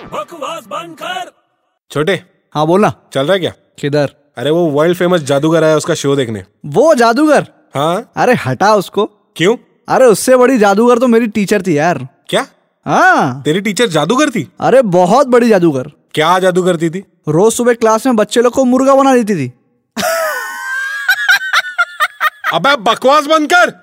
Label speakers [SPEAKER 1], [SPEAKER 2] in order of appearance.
[SPEAKER 1] आवाज बंद कर
[SPEAKER 2] छोटे
[SPEAKER 3] हाँ बोलना
[SPEAKER 2] चल रहा है क्या
[SPEAKER 3] किधर
[SPEAKER 2] अरे वो वर्ल्ड फेमस जादूगर आया उसका शो देखने
[SPEAKER 3] वो जादूगर
[SPEAKER 2] हाँ
[SPEAKER 3] अरे हटा उसको
[SPEAKER 2] क्यों
[SPEAKER 3] अरे उससे बड़ी जादूगर तो मेरी टीचर थी यार
[SPEAKER 2] क्या
[SPEAKER 3] हाँ
[SPEAKER 2] तेरी टीचर जादूगर थी
[SPEAKER 3] अरे बहुत बड़ी जादूगर
[SPEAKER 2] क्या जादू करती थी
[SPEAKER 3] रोज सुबह क्लास में बच्चे लोग को मुर्गा बना देती थी
[SPEAKER 2] अबे बकवास बंद कर